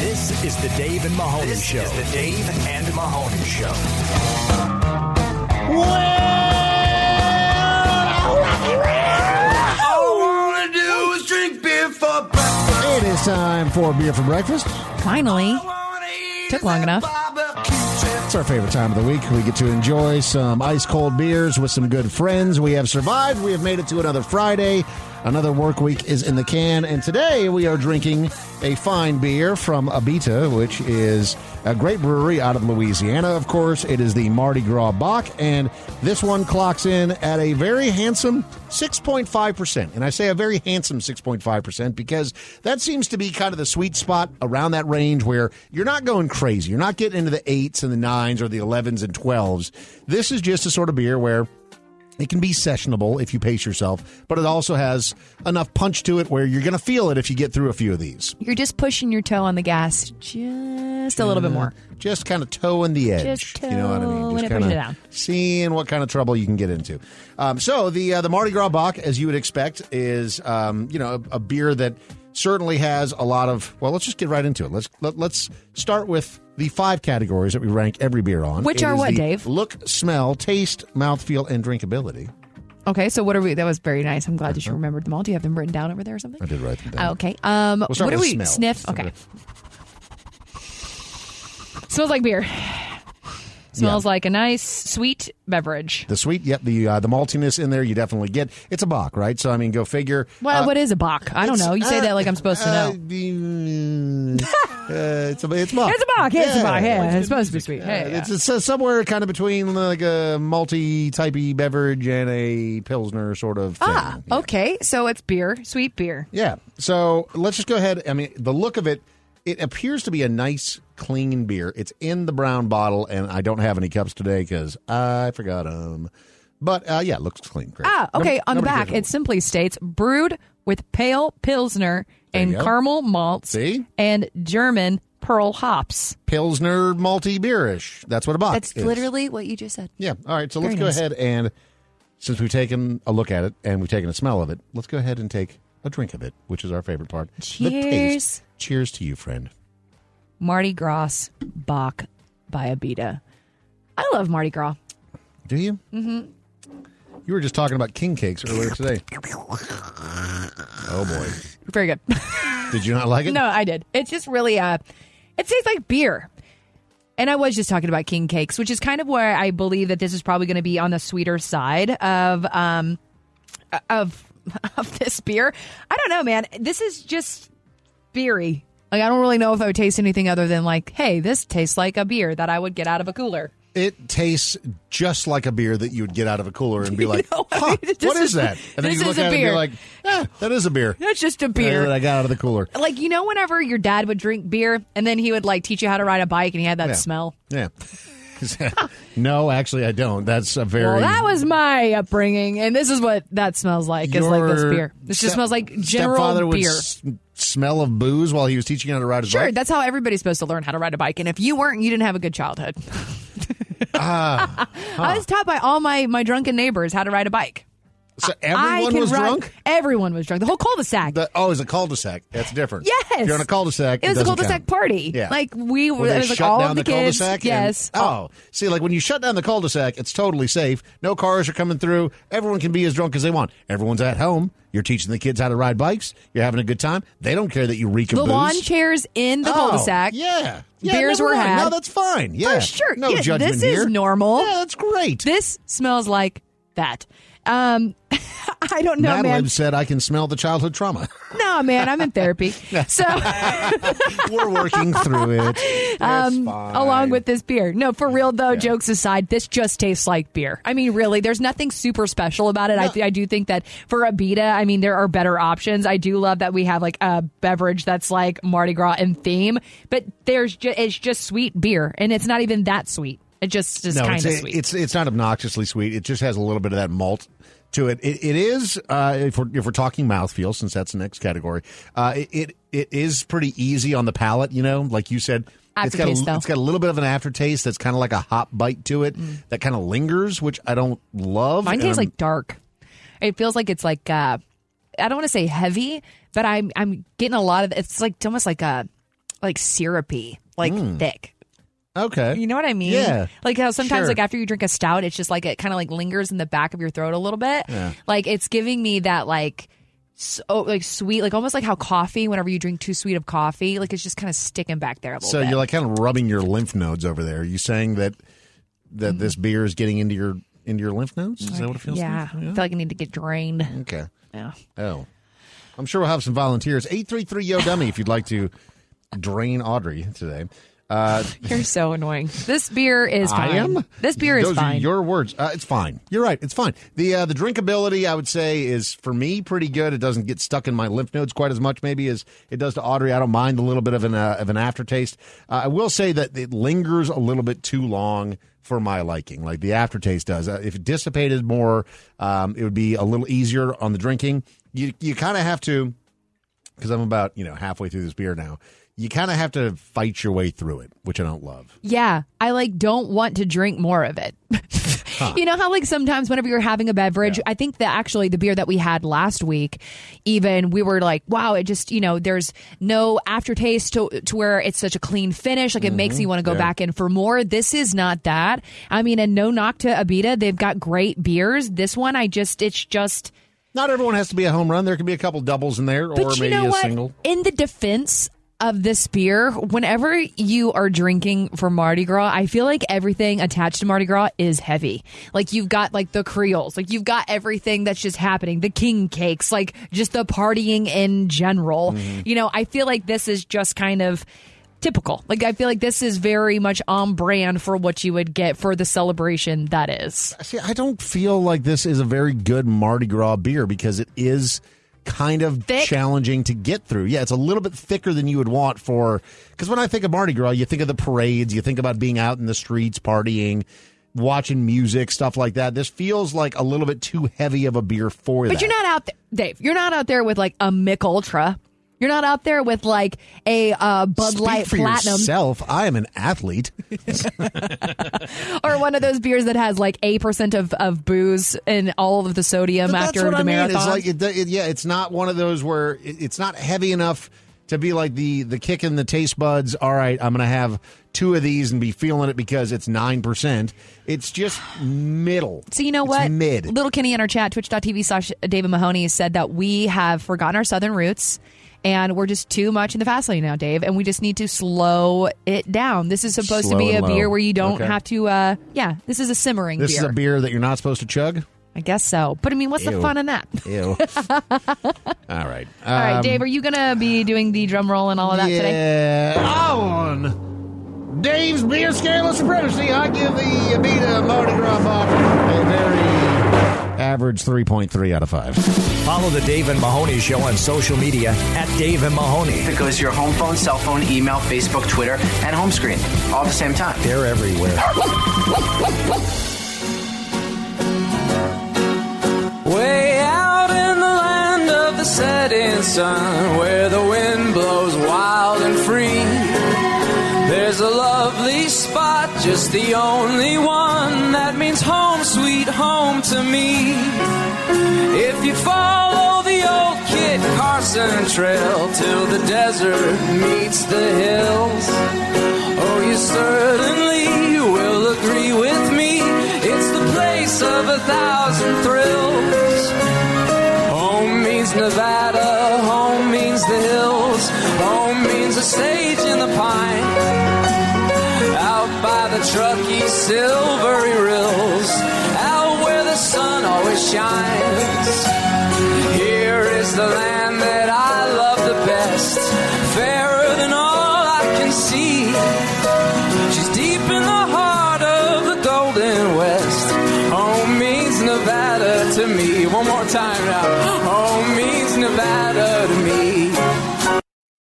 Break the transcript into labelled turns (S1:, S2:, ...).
S1: This is the Dave and Mahoney
S2: This
S1: Show.
S2: is the Dave
S1: and Mahoney Show.
S3: All I want to do is drink beer for breakfast.
S4: It is time for beer for breakfast.
S5: Finally, Took long enough.
S4: It's our favorite time of the week. We get to enjoy some ice cold beers with some good friends. We have survived. We have made it to another Friday. Another work week is in the can. And today we are drinking a fine beer from Abita, which is a great brewery out of Louisiana, of course. It is the Mardi Gras Bach. And this one clocks in at a very handsome 6.5%. And I say a very handsome 6.5% because that seems to be kind of the sweet spot around that range where you're not going crazy. You're not getting into the eights and the nines or the 11s and 12s. This is just a sort of beer where it can be sessionable if you pace yourself, but it also has enough punch to it where you're going to feel it if you get through a few of these.
S5: you're just pushing your toe on the gas just a little bit more.
S4: Just kind of toeing the edge.
S5: Just
S4: you know what I mean?
S5: toeing
S4: Just
S5: it, pushing
S4: kinda
S5: it down.
S4: seeing what kind of trouble you can get into. Um, so the uh, the Mardi Gras Bach, as you would expect, is um, you know a, a beer that certainly has a lot of. Well, let's just get right into it. Let's let, let's start with the five categories that we rank every beer on.
S5: Which
S4: It
S5: are
S4: is
S5: what,
S4: the
S5: Dave?
S4: Look, smell, taste, mouthfeel, and drinkability.
S5: Okay, so what are we? That was very nice. I'm glad that you remembered them all. Do you have them written down over there or something?
S4: I did write them down.
S5: Okay. Um,
S4: start
S5: what do
S4: with
S5: we
S4: smell.
S5: sniff? Okay. Smells like beer. Smells like a nice sweet beverage.
S4: The sweet, yep, the uh, the maltiness in there you definitely get. It's a Bach, right? So I mean, go figure.
S5: Well,
S4: Uh,
S5: what is a Bach? I don't
S4: It's-
S5: know. You say
S4: uh,
S5: that like I'm supposed to
S4: uh,
S5: know.
S4: the- uh, it's a it's a Bach.
S5: It's a Bach. It's a Bach. Yeah, it's supposed to be sweet. Hey,
S4: It's, it's uh, somewhere kind of between like a multi typey beverage and a pilsner sort of thing.
S5: Ah, okay. So it's beer, sweet beer.
S4: Yeah. So let's just go ahead. I mean, the look of it, it appears to be a nice, clean beer. It's in the brown bottle, and I don't have any cups today because I forgot them. But uh, yeah, it looks clean. Great.
S5: Ah, okay.
S4: Nobody-
S5: on the
S4: nobody
S5: back,
S4: cares.
S5: it simply states brewed with pale pilsner and
S4: you go.
S5: caramel malts
S4: See?
S5: and German pearl hops.
S4: Pilsner malty beerish. That's what a box
S5: That's
S4: is.
S5: literally what you just said.
S4: Yeah. All right. So let's
S5: Very
S4: go
S5: nice.
S4: ahead and since we've taken a look at it and we've taken a smell of it, let's go ahead and take a drink of it, which is our favorite part. the
S5: Cheers.
S4: taste. Cheers to you, friend.
S5: Mardi Gras Bach by Abita. I love Mardi Gras.
S4: Do you? Mm-hmm. You were just talking about king cakes earlier today. Oh boy.
S5: Very good.
S4: Did you not like it?
S5: no, I did. It's just really uh it tastes like beer. And I was just talking about king cakes, which is kind of where I believe that this is probably going to be on the sweeter side of um of of this beer. I don't know, man. This is just beery. Like I don't really know if I would taste anything other than like, hey, this tastes like a beer that I would get out of a cooler.
S4: It tastes just like a beer that you would get out of a cooler and be like,
S5: know what I
S4: huh,
S5: mean? This
S4: what is
S5: is-
S4: that? And then
S5: this
S4: you look
S5: is a
S4: at it and
S5: beer.
S4: you're like, "Ah, that is a beer.
S5: That's just a
S4: That
S5: beer.
S4: I got out of the cooler.
S5: Like you know, whenever your dad would drink beer, and then he would like teach you how to ride a bike, and he had that
S4: Yeah.
S5: smell.
S4: Yeah. no, actually, I don't. That's a very
S5: Well, that was my upbringing, and this is what that smells like. Is like this
S4: Your
S5: beer. This just
S4: step-
S5: smells like general
S4: stepfather
S5: beer.
S4: would s- smell of booze while he was teaching you how to ride his
S5: sure,
S4: bike.
S5: that's how everybody's supposed to learn how to ride a bike. And if you weren't, you didn't have a good childhood.
S4: Ah,
S5: I was taught by all my my drunken neighbors how to ride a bike.
S4: So
S5: I
S4: everyone
S5: can
S4: was
S5: ride-
S4: drunk.
S5: Everyone was drunk. The whole cul-de-sac.
S4: The, oh, it's a cul-de-sac. That's different.
S5: Yes,
S4: If you're on a cul-de-sac.
S5: It was a
S4: doesn't
S5: cul-de-sac
S4: count.
S5: party.
S4: Yeah.
S5: like we were.
S4: Where they
S5: It was like
S4: shut
S5: all
S4: down
S5: of the, kids.
S4: cul-de-sac. and-
S5: yes.
S4: oh, see, like when you shut down the cul-de-sac, it's totally safe. No cars are coming through. Everyone can be as drunk as they want. Everyone's at home. You're teaching the kids how to ride bikes. You're having a good time. They don't care that you reek of
S5: the
S4: booze.
S5: lawn chairs in the
S4: Oh,
S5: cul-de-sac.
S4: Yeah. yeah
S5: Beers
S4: never
S5: were
S4: mind.
S5: had.
S4: No, that's fine. Yeah.
S5: sure.
S4: No
S5: Yeah,
S4: judgment
S5: this
S4: here.
S5: is normal.
S4: Yeah, that's great.
S5: This smells like that. Um, I don't know,
S4: Madeline
S5: man.
S4: said, I can smell the childhood trauma.
S5: No, man, I'm in therapy. So,
S4: We're working through it. It's fine.
S5: um, along with this beer. No, for real though, jokes aside, this just tastes like beer. I mean, really, there's nothing super special about it. I, th- I do think that for Abita, I mean, there are better options. I do love that we have like a beverage that's like Mardi Gras in theme, but there's ju- it's just sweet beer, and it's not even that sweet. It just is
S4: no,
S5: kind of
S4: it's,
S5: sweet.
S4: it's it's not obnoxiously sweet. It just has a little bit of that malt to it. It, it is uh, if we're if we're talking mouthfeel, since that's the next category. Uh, it, it it is pretty easy on the palate. You know, like you said. It's got,
S5: Aftertaste,
S4: a,
S5: though. Mm.
S4: it's got a little bit of an aftertaste that's kind of like a hot bite to it that kind of lingers, which I don't love.
S5: Mine
S4: and
S5: tastes
S4: I'm-
S5: like dark. It feels like it's like uh I don't want to say heavy, but I'm I'm getting a lot of it's like almost like a like syrupy, like thick.
S4: Okay.
S5: You know what I mean?
S4: Mm. Yeah.
S5: Like how sometimes
S4: Sure.
S5: like after you drink a stout, it's just like it kind of like lingers in the back of your throat a little bit. Like it's giving me that like so like sweet, like almost like how coffee. Whenever you drink too sweet of coffee, like it's just kind of sticking back there a little
S4: So
S5: bit.
S4: you're like kind of rubbing your lymph nodes over there. Are you saying that that this beer is getting into your into your lymph nodes? Is that what it feels
S5: Mm-hmm. yeah,
S4: like? Mm.
S5: I feel like I need to get drained.
S4: Okay.
S5: Yeah.
S4: Oh. I'm sure we'll have some volunteers. 833 Yo Dummy if you'd like to drain Audrey today. Uh,
S5: You're so annoying. This beer is
S4: I
S5: fine.
S4: am.
S5: This beer
S4: Those
S5: is fine.
S4: Are your words. Uh, it's fine. You're right. It's fine. The uh, the drinkability, I would say, is for me pretty good. It doesn't get stuck in my lymph nodes quite as much, maybe as it does to Audrey. I don't mind a little bit of an uh, of an aftertaste. Uh, I will say that it lingers a little bit too long for my liking. Like the aftertaste does. Uh, if it dissipated more, um, it would be a little easier on the drinking. You you kind of have to because I'm about you know halfway through this beer now. You kind of have to fight your way through it, which I don't love.
S5: Yeah, I like don't want to drink more of it. You know how like sometimes whenever you're having a beverage, I think that actually the beer that we had last week, even we were like, wow, it just you know there's no aftertaste to to where it's such a clean finish, like it makes you want to go back in for more. This is not that. I mean, and no knock to Abita, they've got great beers. This one, I just it's just.
S4: Not everyone has to be a home run. There can be a couple doubles in there, or
S5: But
S4: maybe
S5: you know
S4: a
S5: what?
S4: single.
S5: In the defense of this beer, whenever you are drinking for Mardi Gras, I feel like everything attached to Mardi Gras is heavy. Like you've got like the Creoles, like you've got everything that's just happening, the king cakes, like just the partying in general.
S4: Mm-hmm.
S5: You know, I feel like this is just kind of typical. Like I feel like this is very much on brand for what you would get for the celebration that is.
S4: See, I don't feel like this is a very good Mardi Gras beer because it is kind of
S5: Thick?
S4: challenging to get through. Yeah, it's a little bit thicker than you would want for. Because when I think of Mardi Gras, you think of the parades, you think about being out in the streets, partying, watching music, stuff like that. This feels like a little bit too heavy of a beer for
S5: But
S4: that.
S5: you're not out there, Dave. You're not out there with like a Mick Ultra. You're not out there with like a uh, Bud
S4: Speak
S5: Light
S4: for
S5: Platinum
S4: yourself. I am an athlete.
S5: or one of those beers that has like eight percent of, of booze and all of the sodium
S4: But
S5: after the marathon.
S4: It's like, it, it- yeah, it's not one of those where it, it's not heavy enough to be like the the kick in the taste buds. All right, I'm gonna have two of these and be feeling it because it's nine percent. It's just middle.
S5: So you know
S4: It's
S5: what?
S4: mid.
S5: Little Kenny in our chat, twitch.tv slash David Mahoney said that we have forgotten our southern roots and we're just too much in the fast lane now, Dave, and we just need to slow it down. This is supposed
S4: Slow
S5: to be a
S4: and low.
S5: beer where you don't
S4: Okay.
S5: have to uh yeah, this is a simmering
S4: this
S5: beer.
S4: is a beer that you're not supposed to chug.
S5: I guess so. But I mean what's
S4: Ew.
S5: the fun in that?
S4: Ew. all right.
S5: All right, Dave, are you gonna be doing the drum roll and all of that today?
S4: yeah. On Dave's beer scale of supremacy, I give the Abita Mardi Gras bottle a very average 3.3 out of 5.
S1: Follow the Dave and Mahoney Show on social media at Dave and Mahoney.
S2: It goes to your home phone, cell phone, email, Facebook, Twitter, and home screen all at the same time.
S1: They're everywhere.
S6: Way out in the land of the setting sun, where the wind blows wild and free. There's a lovely spot, just the only one that means home, sweet home to me. If you follow the old Kit Carson trail till the desert meets the hills, oh, you certainly will agree with me. It's the place of a thousand thrills. Home means Nevada, home means the hills, home means a stage in the pine out by the Truckee silvery rills, out where the sun always shines. Here is the land that I love the best, fairer than all I can see. She's deep in the heart of the Golden West. Home means Nevada to me. One more time now. Home means Nevada to